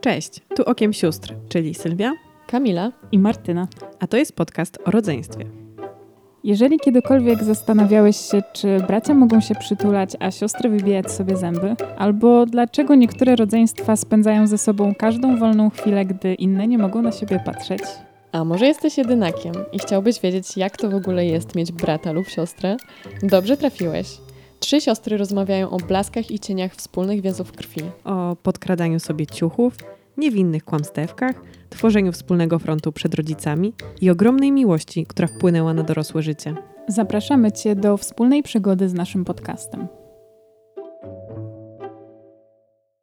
Cześć, tu Okiem Sióstr, czyli Sylwia, Kamila. i Martyna. a to jest podcast o rodzeństwie. Jeżeli kiedykolwiek zastanawiałeś się, czy bracia mogą się przytulać, a siostry wybijać sobie zęby, albo dlaczego niektóre rodzeństwa spędzają ze sobą każdą wolną chwilę, gdy inne nie mogą na siebie patrzeć, A może jesteś jedynakiem i chciałbyś wiedzieć, jak to w ogóle jest mieć brata lub siostrę? Dobrze trafiłeś. Trzy siostry rozmawiają o blaskach i cieniach wspólnych więzów krwi. O podkradaniu sobie ciuchów, niewinnych kłamstewkach, tworzeniu wspólnego frontu przed rodzicami i ogromnej miłości, która wpłynęła na dorosłe życie. zapraszamy Cię do wspólnej przygody z naszym podcastem.